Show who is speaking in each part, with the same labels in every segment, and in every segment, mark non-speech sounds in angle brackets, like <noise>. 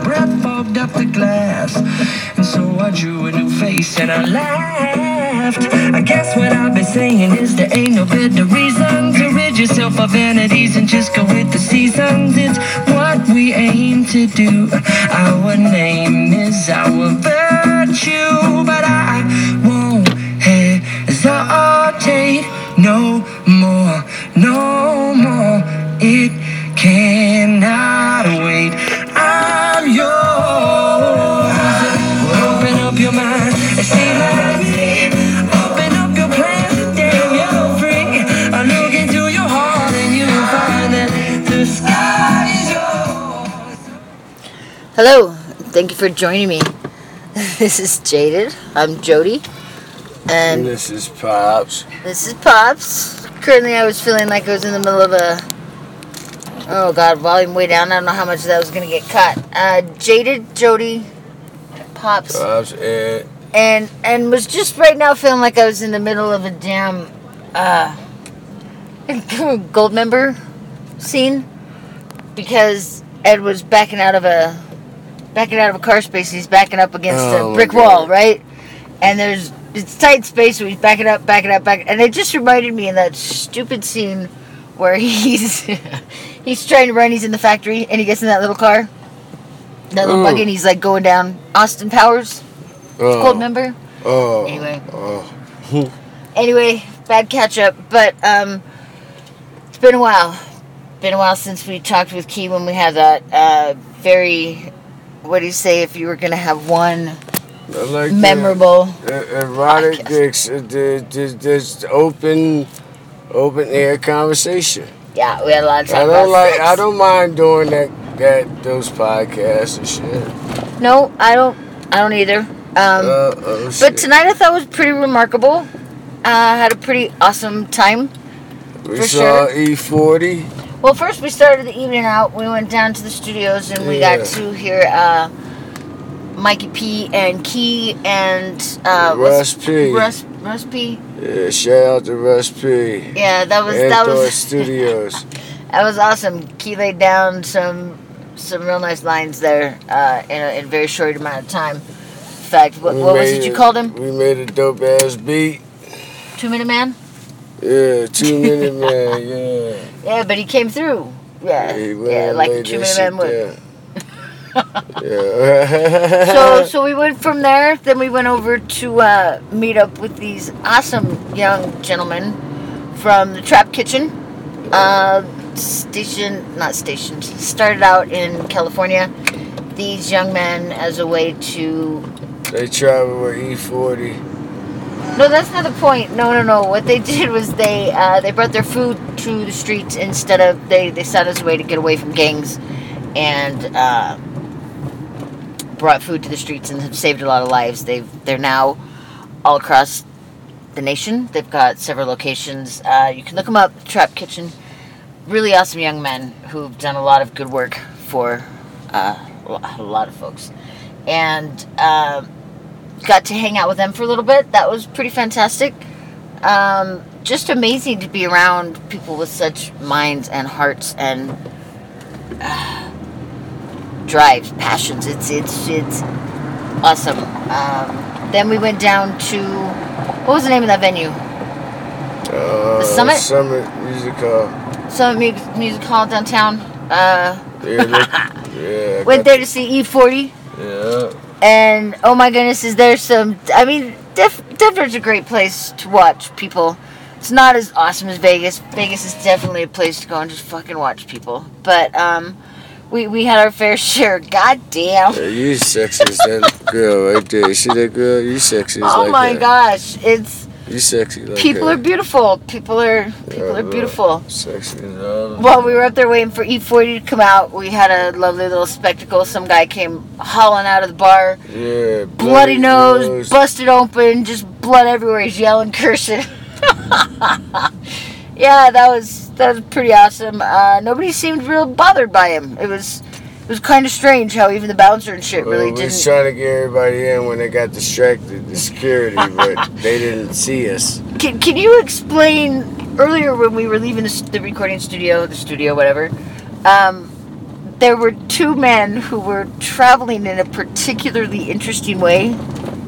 Speaker 1: fogged up the glass. And so I drew a new face and I laughed. I guess what I've been saying is there ain't no better reason to rid yourself of vanities and just go with the seasons. It's what we aim to do. Our name is our virtue, but I won't hesitate no more, no more. It cannot wait. I'm yours. Open up your mind and see like me. Open up your plans and damn, you're free. I look into your heart and you'll find that the sky is yours.
Speaker 2: Hello, thank you for joining me. <laughs> This is Jaded. I'm Jody,
Speaker 3: And
Speaker 2: and
Speaker 3: this is Pops.
Speaker 2: this is Pops. Currently, I was feeling like I was in the middle of a oh god, volume way down. I don't know how much of that was gonna get cut. Uh, Jaded, Jody, Pops,
Speaker 3: Pops and
Speaker 2: and and was just right now feeling like I was in the middle of a damn uh <laughs> gold member scene because Ed was backing out of a backing out of a car space. He's backing up against
Speaker 3: Oh,
Speaker 2: a
Speaker 3: my
Speaker 2: brick wall,
Speaker 3: God.
Speaker 2: right? And there's it's tight space. So he's backing up, backing up, back. And it just reminded me of that stupid scene where <laughs> he's he's trying to run. He's in the factory and he gets in that little car, that little
Speaker 3: Ooh.
Speaker 2: buggy, and he's like going down. Austin Powers,
Speaker 3: oh,
Speaker 2: gold member.
Speaker 3: Oh,
Speaker 2: Anyway.
Speaker 3: oh.
Speaker 2: Anyway, bad catch up, but um, it's been a while. Been a while since we talked with Key when we had that uh, very. What do you say if you were gonna have one
Speaker 3: I like
Speaker 2: memorable?
Speaker 3: The, e- erotic,
Speaker 2: Podcast.
Speaker 3: ex- the, the, this open, open air conversation.
Speaker 2: Yeah, we had a lot of time.
Speaker 3: I
Speaker 2: about
Speaker 3: don't like.
Speaker 2: sex.
Speaker 3: I don't mind doing that. That those podcasts and shit.
Speaker 2: No, I don't. I don't either. Um,
Speaker 3: Uh, oh shit.
Speaker 2: but tonight I thought was pretty remarkable. Uh, I had a pretty awesome time.
Speaker 3: we
Speaker 2: for
Speaker 3: saw E
Speaker 2: sure.
Speaker 3: E40.
Speaker 2: Well, first we started the evening out. We went down to the studios and we
Speaker 3: Yeah.
Speaker 2: got to hear uh, Mikey P and Key and uh, what's-
Speaker 3: Russ P.
Speaker 2: Russ, Russ P.
Speaker 3: Yeah, shout out to Russ P.
Speaker 2: Yeah, that was that
Speaker 3: Anthor
Speaker 2: was
Speaker 3: <laughs> Studios.
Speaker 2: <laughs> that was awesome. Key laid down some some real nice lines there uh, in a in a very short amount of time. In fact, what,
Speaker 3: We
Speaker 2: what was
Speaker 3: made
Speaker 2: it you
Speaker 3: a-
Speaker 2: called him?
Speaker 3: We made a dope ass beat.
Speaker 2: Two Minute Man.
Speaker 3: Yeah, two minute man. Yeah,
Speaker 2: Yeah, but he came through. Yeah,
Speaker 3: He went
Speaker 2: yeah,
Speaker 3: and
Speaker 2: like a
Speaker 3: laid
Speaker 2: Two
Speaker 3: that
Speaker 2: Minute Man
Speaker 3: shit
Speaker 2: would.
Speaker 3: down. yeah. <laughs>
Speaker 2: so so we went from there. Then we went over to uh, meet up with these awesome young gentlemen from the Trap Kitchen. Uh, station, not stationed. Started out in California. These young men as a way to.
Speaker 3: they travel with E forty.
Speaker 2: No, that's not the point. No, no, no. What they <laughs> did was they uh, they brought their food to the streets instead of they they saw it as a way to get away from gangs, and uh, brought food to the streets and have saved a lot of lives. They've they're now all across the nation. They've got several locations. Uh, you can look them up. Trap Kitchen. Really awesome young men who've done a lot of good work for uh, a lot of folks, and uh, got to hang out with them for a little bit. That was pretty fantastic. Um, just amazing to be around people with such minds and hearts and <sighs> drives, passions. It's it's it's awesome. Um, then we went down to what was the name of that venue?
Speaker 3: Uh,
Speaker 2: Summit?
Speaker 3: Summit Music Hall.
Speaker 2: Summit Mu- Music Hall downtown. Uh,
Speaker 3: Yeah,
Speaker 2: <laughs>
Speaker 3: look, yeah. I
Speaker 2: went
Speaker 3: got
Speaker 2: there to see E E40,
Speaker 3: the-
Speaker 2: and oh my goodness, is there some? I mean, Def, Denver's a great place to watch people. It's not as awesome as Vegas. Vegas is definitely a place to go and just fucking watch people. But um, we we had our fair <laughs> share. God damn.
Speaker 3: Yeah. yeah. You sexy as that girl right there. You see that girl? You sexy as
Speaker 2: Oh
Speaker 3: like
Speaker 2: my
Speaker 3: that.
Speaker 2: gosh, it's
Speaker 3: You sexy like
Speaker 2: people
Speaker 3: that. Uh,
Speaker 2: are beautiful. People are people
Speaker 3: Yeah,
Speaker 2: are
Speaker 3: look.
Speaker 2: beautiful.
Speaker 3: Sexy as all. of
Speaker 2: While we were up there waiting for E40 to come out, we had a lovely little spectacle. Some guy came hauling out of the bar,
Speaker 3: them. Yeah.
Speaker 2: bloody nose, busted open, just blood everywhere. He's yelling, cursing. <laughs> yeah, that was that was pretty awesome. Uh, nobody seemed real bothered by him. It was it was kind of strange how even the bouncer and shit really
Speaker 3: Well, we was
Speaker 2: didn't.
Speaker 3: trying to get everybody in when they got distracted, the security, but they didn't see us.
Speaker 2: Can, can you explain earlier when we were leaving the, s- the recording studio, the studio, whatever? Um, there were two men who were traveling in a particularly interesting way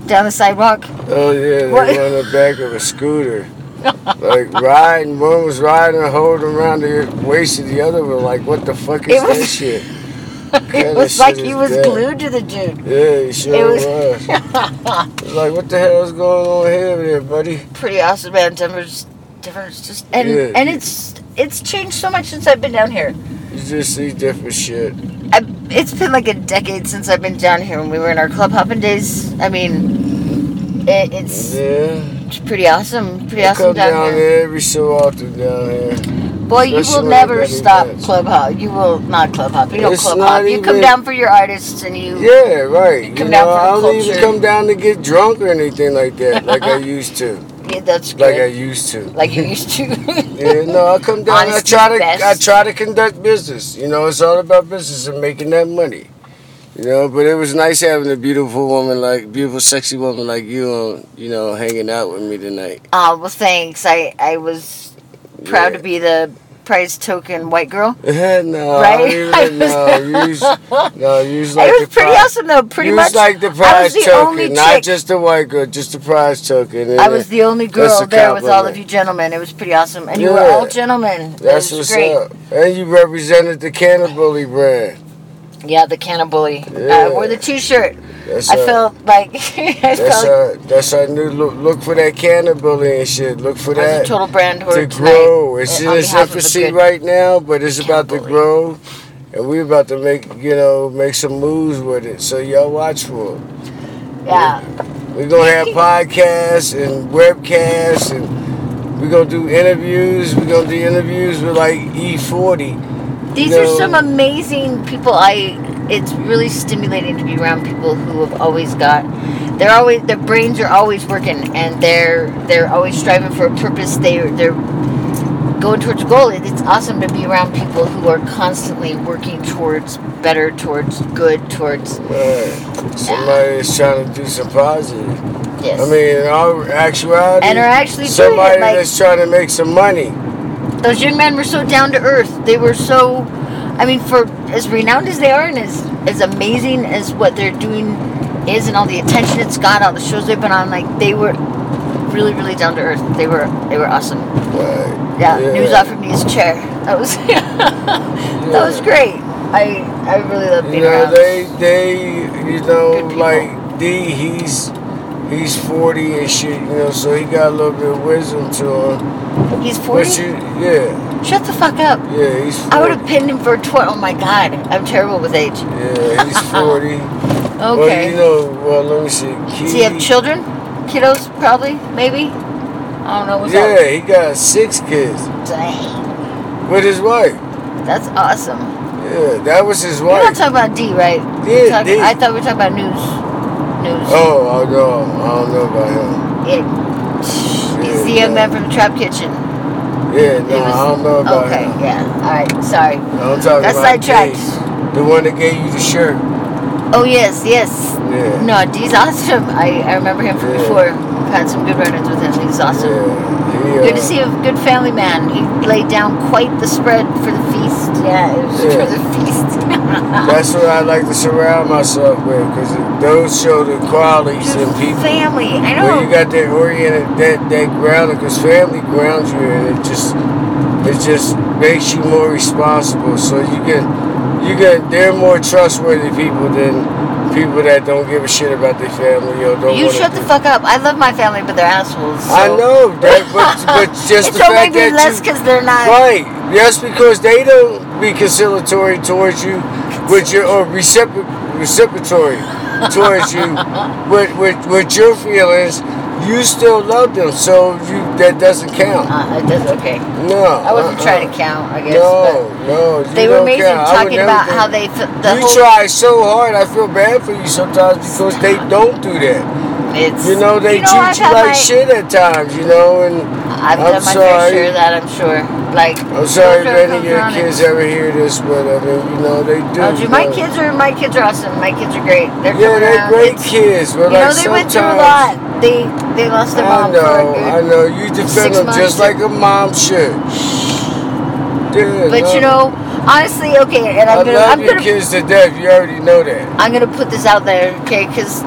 Speaker 2: down the sidewalk. <laughs>
Speaker 3: Oh yeah, they
Speaker 2: What?
Speaker 3: were on the back of
Speaker 2: <laughs>
Speaker 3: a scooter. like riding, one was riding and holding around the waist of the other was like, what the fuck is
Speaker 2: It was-
Speaker 3: that shit?
Speaker 2: It
Speaker 3: that
Speaker 2: was
Speaker 3: shit
Speaker 2: like
Speaker 3: is
Speaker 2: he was
Speaker 3: dead.
Speaker 2: glued to the dude.
Speaker 3: Yeah, he sure
Speaker 2: It was-
Speaker 3: was.
Speaker 2: <laughs>
Speaker 3: It's like, what the hell is going on here, there, buddy?
Speaker 2: Pretty awesome, man. Denver's different. It's just and
Speaker 3: Yeah.
Speaker 2: and it's it's changed so much since I've been down here.
Speaker 3: You just see different shit.
Speaker 2: I, it's been like a decade since I've been down here. When we were in our club hopping days, I mean, it, it's
Speaker 3: Yeah,
Speaker 2: it's pretty awesome. Pretty
Speaker 3: I come
Speaker 2: awesome down,
Speaker 3: down
Speaker 2: here.
Speaker 3: there every so often down here.
Speaker 2: Boy, you will
Speaker 3: Especially when I
Speaker 2: never
Speaker 3: got
Speaker 2: stop
Speaker 3: events.
Speaker 2: club hop. You will not club hop. You don't
Speaker 3: It's
Speaker 2: club
Speaker 3: not
Speaker 2: hop. You come
Speaker 3: even-
Speaker 2: down for your artists and you.
Speaker 3: Yeah, right. You
Speaker 2: come
Speaker 3: know,
Speaker 2: down for
Speaker 3: I
Speaker 2: the
Speaker 3: don't even
Speaker 2: culture.
Speaker 3: come down to get drunk or anything like that, like
Speaker 2: <laughs>
Speaker 3: I used to,
Speaker 2: Yeah, that's
Speaker 3: like I
Speaker 2: good.
Speaker 3: used to.
Speaker 2: Like, you used to. <laughs>
Speaker 3: Yeah, no, I come down. I
Speaker 2: Honesty
Speaker 3: try to,
Speaker 2: best.
Speaker 3: I try to conduct business. You know, it's all about business and making that money. You know, but it was nice having a beautiful woman like, beautiful, sexy woman like you on, you know, hanging out with me tonight. <laughs>
Speaker 2: Ah, well, thanks. I I was proud to be the prize token white girl.
Speaker 3: no,
Speaker 2: Right?
Speaker 3: I
Speaker 2: <laughs>
Speaker 3: don't even, no, you was- no, you was like
Speaker 2: it was
Speaker 3: the
Speaker 2: pretty
Speaker 3: pri-
Speaker 2: awesome though. Pretty
Speaker 3: you
Speaker 2: much,
Speaker 3: was like the
Speaker 2: I
Speaker 3: prize
Speaker 2: was the only
Speaker 3: token, not
Speaker 2: chick.
Speaker 3: just the white girl, just the prize token. and
Speaker 2: I was the only girl
Speaker 3: a
Speaker 2: there with all of
Speaker 3: compliment.
Speaker 2: you gentlemen. It was pretty awesome, and you were
Speaker 3: Yeah.
Speaker 2: all gentlemen. It
Speaker 3: That's
Speaker 2: was
Speaker 3: what's
Speaker 2: great.
Speaker 3: up. And you represented the Canterbury brand.
Speaker 2: Yeah, the cannibally.
Speaker 3: Yeah.
Speaker 2: I wore the T-shirt.
Speaker 3: That's
Speaker 2: I
Speaker 3: up.
Speaker 2: felt like <laughs> I
Speaker 3: That's
Speaker 2: felt like
Speaker 3: our that's our new look. Look for that Canterbury and shit. Look for
Speaker 2: I
Speaker 3: that
Speaker 2: was a total brand
Speaker 3: to
Speaker 2: whore tonight.
Speaker 3: grow. It's
Speaker 2: uh,
Speaker 3: in
Speaker 2: on
Speaker 3: its
Speaker 2: behalf of the
Speaker 3: infancy
Speaker 2: good
Speaker 3: right now, but it's about to
Speaker 2: Canterbury.
Speaker 3: grow, and we're about to make you know make some moves with it. So y'all watch for it.
Speaker 2: Yeah,
Speaker 3: We're
Speaker 2: <laughs>
Speaker 3: gonna have podcasts and webcasts, and we're gonna do interviews. We're gonna do interviews with like E E40.
Speaker 2: these
Speaker 3: You
Speaker 2: are
Speaker 3: know-
Speaker 2: some amazing people. I. It's really stimulating to be around people who have always got. They're always their brains are always working, and they're they're always striving for a purpose. They they're going towards a goal. It- It's awesome to be around people who are constantly working towards better, towards good, towards
Speaker 3: Man, Uh, somebody is trying to do some positive.
Speaker 2: yes.
Speaker 3: I mean, in all actuality,
Speaker 2: and are actually doing
Speaker 3: somebody
Speaker 2: it. Like
Speaker 3: that's trying to make some money.
Speaker 2: those young men were so down to earth. They were so, I mean, for as renowned as they are and as as amazing as what they're doing is, and all the attention it's got, all the shows they've been on, like they were really, really down to earth. They were they were awesome.
Speaker 3: Like,
Speaker 2: Yeah, news offered me his chair. That was <laughs> that was great. I I really love
Speaker 3: You
Speaker 2: being
Speaker 3: know,
Speaker 2: around.
Speaker 3: they, they, you know,
Speaker 2: Good people.
Speaker 3: like D, he's he's forty and shit. You know, so he got a little bit of wisdom to him.
Speaker 2: He's
Speaker 3: But
Speaker 2: forty.
Speaker 3: you, yeah,
Speaker 2: Shut the fuck up.
Speaker 3: yeah, he's. 40.
Speaker 2: I would have pinned him for twelve. Oh my god, I'm terrible with age.
Speaker 3: Yeah,
Speaker 2: <laughs>
Speaker 3: he's forty. Well, you
Speaker 2: Okay.
Speaker 3: know, well, let me see. He,
Speaker 2: Does he have children? Kiddos, probably, maybe. I don't know what's up.
Speaker 3: Yeah, he got six kids
Speaker 2: Dang,
Speaker 3: with his wife.
Speaker 2: that's awesome.
Speaker 3: Yeah, that was his
Speaker 2: We're not
Speaker 3: wife.
Speaker 2: talking about D, right? We're
Speaker 3: Yeah,
Speaker 2: talking-
Speaker 3: D.
Speaker 2: I thought we were talking about news. News.
Speaker 3: Oh, I know. I don't know about him.
Speaker 2: It, he's the
Speaker 3: Yeah,
Speaker 2: young man from the Trap Kitchen.
Speaker 3: Yeah,
Speaker 2: It
Speaker 3: no,
Speaker 2: was-
Speaker 3: I don't know about
Speaker 2: okay,
Speaker 3: him.
Speaker 2: yeah. All right, sorry.
Speaker 3: I'm talking
Speaker 2: That's
Speaker 3: about
Speaker 2: sidetracked.
Speaker 3: Dave, the one that gave you the shirt.
Speaker 2: Oh, yes, yes.
Speaker 3: Yeah.
Speaker 2: No, D's awesome. I, I remember him from
Speaker 3: Yeah.
Speaker 2: before. I've had some good run-ins with him. He's awesome.
Speaker 3: Yeah. He, uh,
Speaker 2: Good to see a good family man. He laid down quite the spread for the feast. Yeah, it was
Speaker 3: Yeah.
Speaker 2: for the feast. <laughs>
Speaker 3: That's what I like to surround myself with, because those show the qualities in
Speaker 2: Good
Speaker 3: people.
Speaker 2: family. I know.
Speaker 3: When you got that oriented, that that grounding, because family grounds you, and it just it just makes you more responsible. So you can you can they're more trustworthy people than people that don't give a shit about their family or don't.
Speaker 2: You
Speaker 3: wanna
Speaker 2: shut the
Speaker 3: do-
Speaker 2: fuck up. I love my family, but they're assholes. So.
Speaker 3: I know, that,
Speaker 2: <laughs>
Speaker 3: but but just
Speaker 2: it's
Speaker 3: the fact
Speaker 2: only
Speaker 3: that
Speaker 2: be less
Speaker 3: you,
Speaker 2: because they're not.
Speaker 3: Right. That's because they don't be conciliatory towards you with your or recipro- reciprocatory towards
Speaker 2: <laughs>
Speaker 3: you with, with with your feelings. You still love them, so you that doesn't count.
Speaker 2: Uh, it does, okay.
Speaker 3: No.
Speaker 2: I wasn't
Speaker 3: uh-uh.
Speaker 2: trying to count. I guess.
Speaker 3: No, no. you
Speaker 2: But they were
Speaker 3: don't
Speaker 2: amazing
Speaker 3: count. I would
Speaker 2: talking
Speaker 3: never
Speaker 2: about
Speaker 3: think-
Speaker 2: how they feel. The
Speaker 3: you
Speaker 2: whole,
Speaker 3: try so hard. I feel bad for you sometimes because they don't do that.
Speaker 2: It's,
Speaker 3: You know they
Speaker 2: I've
Speaker 3: treat you
Speaker 2: had
Speaker 3: like
Speaker 2: my-
Speaker 3: shit at times. You know, and
Speaker 2: I've
Speaker 3: I'm
Speaker 2: done my fair
Speaker 3: sorry.
Speaker 2: share of that. I'm sure. Like.
Speaker 3: I'm sorry if
Speaker 2: Children
Speaker 3: any of
Speaker 2: comes
Speaker 3: your
Speaker 2: around and-
Speaker 3: kids ever hear this, but I mean, you know, they do.
Speaker 2: Oh, dude, my
Speaker 3: you know.
Speaker 2: kids are my kids are awesome. My kids are great. They're
Speaker 3: Yeah,
Speaker 2: coming
Speaker 3: they're
Speaker 2: around.
Speaker 3: great
Speaker 2: It's-
Speaker 3: kids, but
Speaker 2: You
Speaker 3: like
Speaker 2: know they went through
Speaker 3: sometimes.
Speaker 2: a lot. They they lost their
Speaker 3: I
Speaker 2: mom
Speaker 3: know,
Speaker 2: for a
Speaker 3: I
Speaker 2: good.
Speaker 3: know. You defend
Speaker 2: six
Speaker 3: them
Speaker 2: months.
Speaker 3: just like a mom should. Yeah,
Speaker 2: But you
Speaker 3: no,
Speaker 2: know, honestly, okay, and I'm
Speaker 3: I
Speaker 2: gonna,
Speaker 3: love
Speaker 2: I'm
Speaker 3: your
Speaker 2: gonna,
Speaker 3: kids to death. You already know that.
Speaker 2: I'm gonna put this out there, okay? Because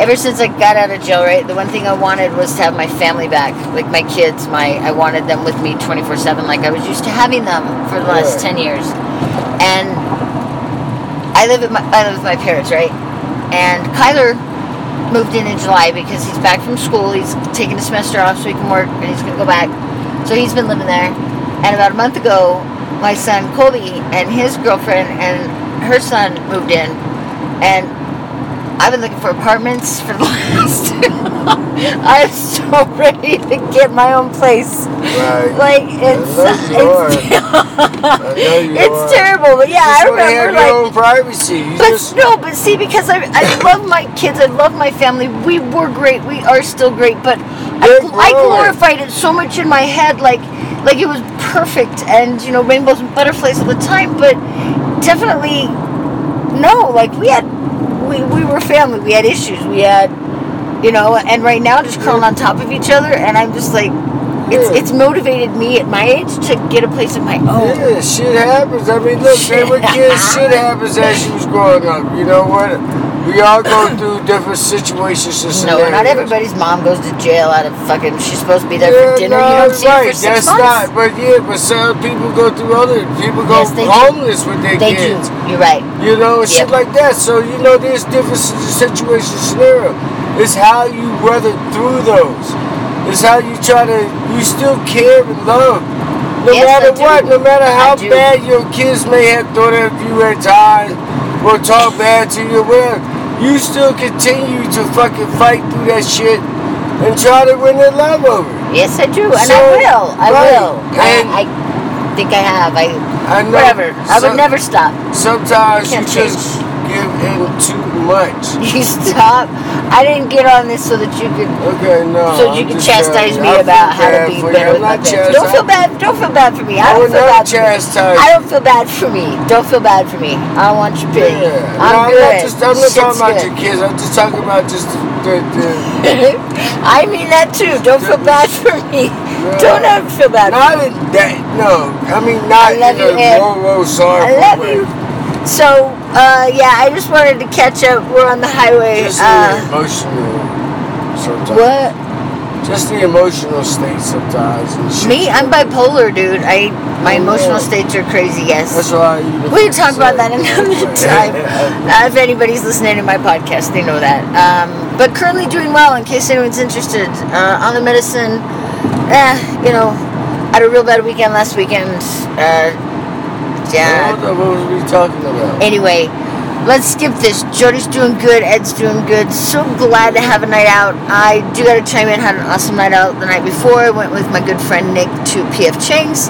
Speaker 2: ever since I got out of jail, right, the one thing I wanted was to have my family back, like my kids. My I wanted them with me 24 seven, like I was used to having them for the last 10
Speaker 3: Right.
Speaker 2: years. And I live at my I live with my parents, right? And Kyler moved in in July because he's back from school. He's taking a semester off so he can work, and he's gonna go back. So he's been living there. And about a month ago, my son Colby and his girlfriend and her son moved in, and I've been looking for apartments for the <laughs> last. I'm so ready to get my own place.
Speaker 3: Right.
Speaker 2: Like it's
Speaker 3: love you
Speaker 2: <laughs> it's,
Speaker 3: I know you
Speaker 2: it's
Speaker 3: are.
Speaker 2: terrible, but yeah,
Speaker 3: you
Speaker 2: I
Speaker 3: just wanna
Speaker 2: remember
Speaker 3: have
Speaker 2: like
Speaker 3: your own privacy. You
Speaker 2: but
Speaker 3: just
Speaker 2: no, but see, because I, I love my kids, I love my family. We were great, we are still great, but I,
Speaker 3: They're
Speaker 2: gl- I
Speaker 3: growing.
Speaker 2: glorified it so much in my head, like like it was perfect, and you know rainbows and butterflies all the time. But definitely, no, like we had, we we were family. We had issues. We had, you know, and right now just curling on top of each other, and I'm just like, it's
Speaker 3: Yeah.
Speaker 2: it's motivated me at my age to get a place of my own.
Speaker 3: Yeah, shit happens. I mean, look, they were kids. Shit happens as she was growing up. You know what? We
Speaker 2: <clears throat>
Speaker 3: all go through different situations and
Speaker 2: No,
Speaker 3: scenarios.
Speaker 2: not everybody's mom goes to jail out of fucking. She's supposed to be there for dinner.
Speaker 3: no,
Speaker 2: you don't see her
Speaker 3: right.
Speaker 2: for six
Speaker 3: That's
Speaker 2: months.
Speaker 3: not. But yeah, but some people go through other. People go
Speaker 2: Yes, they do.
Speaker 3: homeless with their
Speaker 2: they
Speaker 3: kids.
Speaker 2: do. You're right.
Speaker 3: You know, and shit
Speaker 2: Yeah.
Speaker 3: like that. So you know, there's different s- situation scenario. It's how you weather through those. It's how you try to. You still care and love, no
Speaker 2: Yes, I
Speaker 3: matter
Speaker 2: do.
Speaker 3: what, no matter how
Speaker 2: do.
Speaker 3: bad your kids may have thought of you at times, or talk bad to you, whatever. You still continue to fucking fight through that shit and try to win their love over.
Speaker 2: Yes, I do, and
Speaker 3: So,
Speaker 2: I will. I
Speaker 3: right,
Speaker 2: will.
Speaker 3: and-
Speaker 2: I, I think I have. I
Speaker 3: I know.
Speaker 2: whatever. I would
Speaker 3: some-
Speaker 2: never stop. <laughs>
Speaker 3: Sometimes you
Speaker 2: Can't
Speaker 3: just give in too much.
Speaker 2: You stop. I didn't get on this so that you could.
Speaker 3: Okay, no.
Speaker 2: So you
Speaker 3: I'm
Speaker 2: can
Speaker 3: just
Speaker 2: chastise
Speaker 3: telling you,
Speaker 2: me
Speaker 3: I feel
Speaker 2: about how to
Speaker 3: bad
Speaker 2: be
Speaker 3: for you.
Speaker 2: better
Speaker 3: I'm
Speaker 2: with my
Speaker 3: not
Speaker 2: kids. Don't
Speaker 3: chastising-
Speaker 2: feel bad. Don't feel bad for me. I
Speaker 3: I
Speaker 2: don't
Speaker 3: would
Speaker 2: feel
Speaker 3: not
Speaker 2: bad. For me.
Speaker 3: chastise.
Speaker 2: I don't feel bad for me. Don't feel bad for me. I don't want your
Speaker 3: Yeah.
Speaker 2: pity.
Speaker 3: no,
Speaker 2: I'm
Speaker 3: I'm
Speaker 2: good.
Speaker 3: not just. I'm not
Speaker 2: Shit's
Speaker 3: talking about
Speaker 2: good.
Speaker 3: your kids. I'm just talking about just the. the
Speaker 2: <laughs> I mean that too. Don't feel bad for me. <laughs> Don't ever feel bad. for
Speaker 3: not in that. No, I mean not
Speaker 2: I love
Speaker 3: in
Speaker 2: you,
Speaker 3: a
Speaker 2: Ed.
Speaker 3: whoa, whoa,
Speaker 2: me.
Speaker 3: sorry.
Speaker 2: I love you. So uh, yeah, I just wanted to catch up. We're on the highway.
Speaker 3: Just the
Speaker 2: Uh,
Speaker 3: emotional. Sometimes.
Speaker 2: what?
Speaker 3: Just the emotional state sometimes. And shit.
Speaker 2: Me? I'm bipolar, dude. I my
Speaker 3: Oh,
Speaker 2: emotional
Speaker 3: man.
Speaker 2: states are crazy. Yes.
Speaker 3: That's why you.
Speaker 2: We can talk about that <laughs> another time. Uh, if anybody's listening to my podcast, they know that. Um, but currently doing well. In case anyone's interested, uh, on the medicine. Eh, you know, had a real bad weekend last weekend. Uh, yeah.
Speaker 3: What the- what was we talking about?
Speaker 2: Anyway, let's skip this. Jody's doing good. Ed's doing good. So glad to have a night out. I do gotta chime in. Had an awesome night out the night before. I went with my good friend Nick to PF Chang's,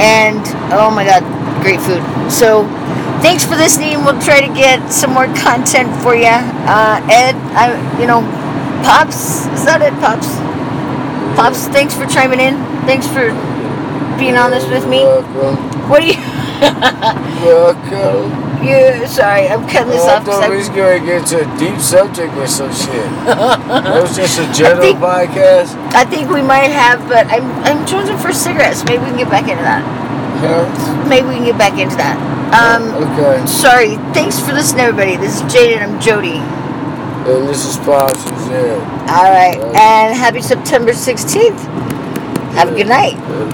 Speaker 2: and oh my god, great food. So, thanks for listening. We'll try to get some more content for you. Uh, Ed, I, you know, Pops, is that it, Pops? Pops, thanks for chiming in. Thanks for being on this with me.
Speaker 3: Welcome.
Speaker 2: What do you? <laughs>
Speaker 3: Welcome.
Speaker 2: you sorry, I'm cutting this
Speaker 3: Well,
Speaker 2: off
Speaker 3: I
Speaker 2: 'cause
Speaker 3: thought we
Speaker 2: I'm
Speaker 3: was gonna get to a deep subject with some shit. That was just a general
Speaker 2: think-
Speaker 3: podcast.
Speaker 2: I think we might have, but I'm I'm choosing for cigarettes. Maybe we can get back into that.
Speaker 3: Huh?
Speaker 2: Maybe we can get back into that. Um,
Speaker 3: okay.
Speaker 2: sorry. Thanks for listening, everybody. This is Jaden. I'm Jody.
Speaker 3: And this is Pops who's in.
Speaker 2: All right, and happy September 16th. Have a good night.
Speaker 3: And